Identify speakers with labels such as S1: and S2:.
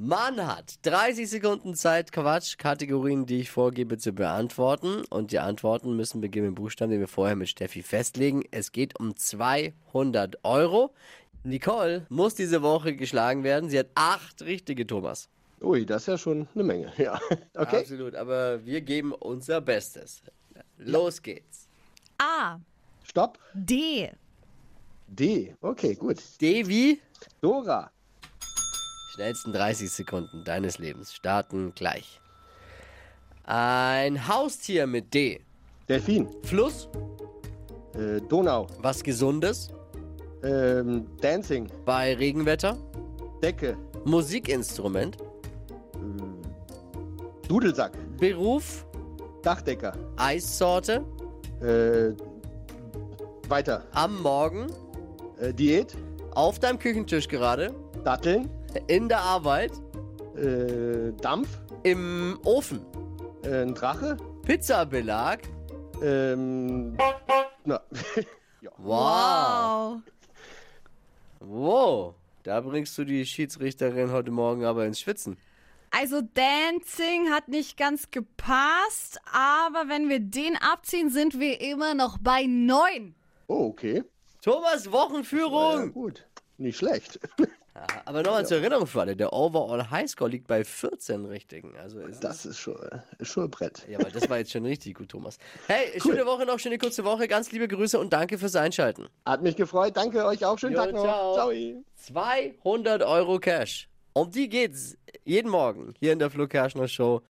S1: Man hat 30 Sekunden Zeit, Quatschkategorien, die ich vorgebe, zu beantworten. Und die Antworten müssen beginnen mit dem Buchstaben, den wir vorher mit Steffi festlegen. Es geht um 200 Euro. Nicole muss diese Woche geschlagen werden. Sie hat acht richtige, Thomas.
S2: Ui, das ist ja schon eine Menge. Ja. Okay.
S1: Absolut, aber wir geben unser Bestes. Los geht's.
S3: A.
S2: Stopp.
S3: D.
S2: D. Okay, gut.
S1: Devi,
S2: Dora.
S1: schnellsten 30 Sekunden deines Lebens starten gleich. Ein Haustier mit D.
S2: Delfin.
S1: Fluss,
S2: Äh, Donau.
S1: was Gesundes,
S2: Ähm, Dancing.
S1: bei Regenwetter,
S2: Decke.
S1: Musikinstrument,
S2: Dudelsack.
S1: Beruf,
S2: Dachdecker.
S1: Eissorte,
S2: Äh, weiter.
S1: am Morgen,
S2: Äh, Diät.
S1: auf deinem Küchentisch gerade,
S2: Datteln.
S1: in der Arbeit,
S2: Äh, Dampf.
S1: im Ofen,
S2: Äh, ein Drache.
S1: Pizzabelag.
S2: Ähm, na,
S1: Wow. Wow. Da bringst du die Schiedsrichterin heute Morgen aber ins Schwitzen.
S3: Also Dancing hat nicht ganz gepasst, aber wenn wir den abziehen, sind wir immer noch bei neun.
S2: oh, okay.
S1: Thomas,
S2: Ja,
S1: Wochenführung.
S2: gut. Nicht schlecht.
S1: Aber nochmal zur Erinnerung für alle, der Overall Highscore liegt bei 14 richtigen. Also ist
S2: Das ist schon, ist schon ein Brett.
S1: Ja, aber das war jetzt schon richtig gut, Thomas. Hey, schöne Woche noch, schöne kurze Woche. Ganz liebe Grüße und danke fürs Einschalten.
S2: Hat mich gefreut. Danke euch auch. Schönen
S1: Jo,
S2: Tag noch.
S1: ciao.
S2: Ciao.
S1: 200 Euro Cash. Um die geht's jeden Morgen hier in der Flo Kerschner Show.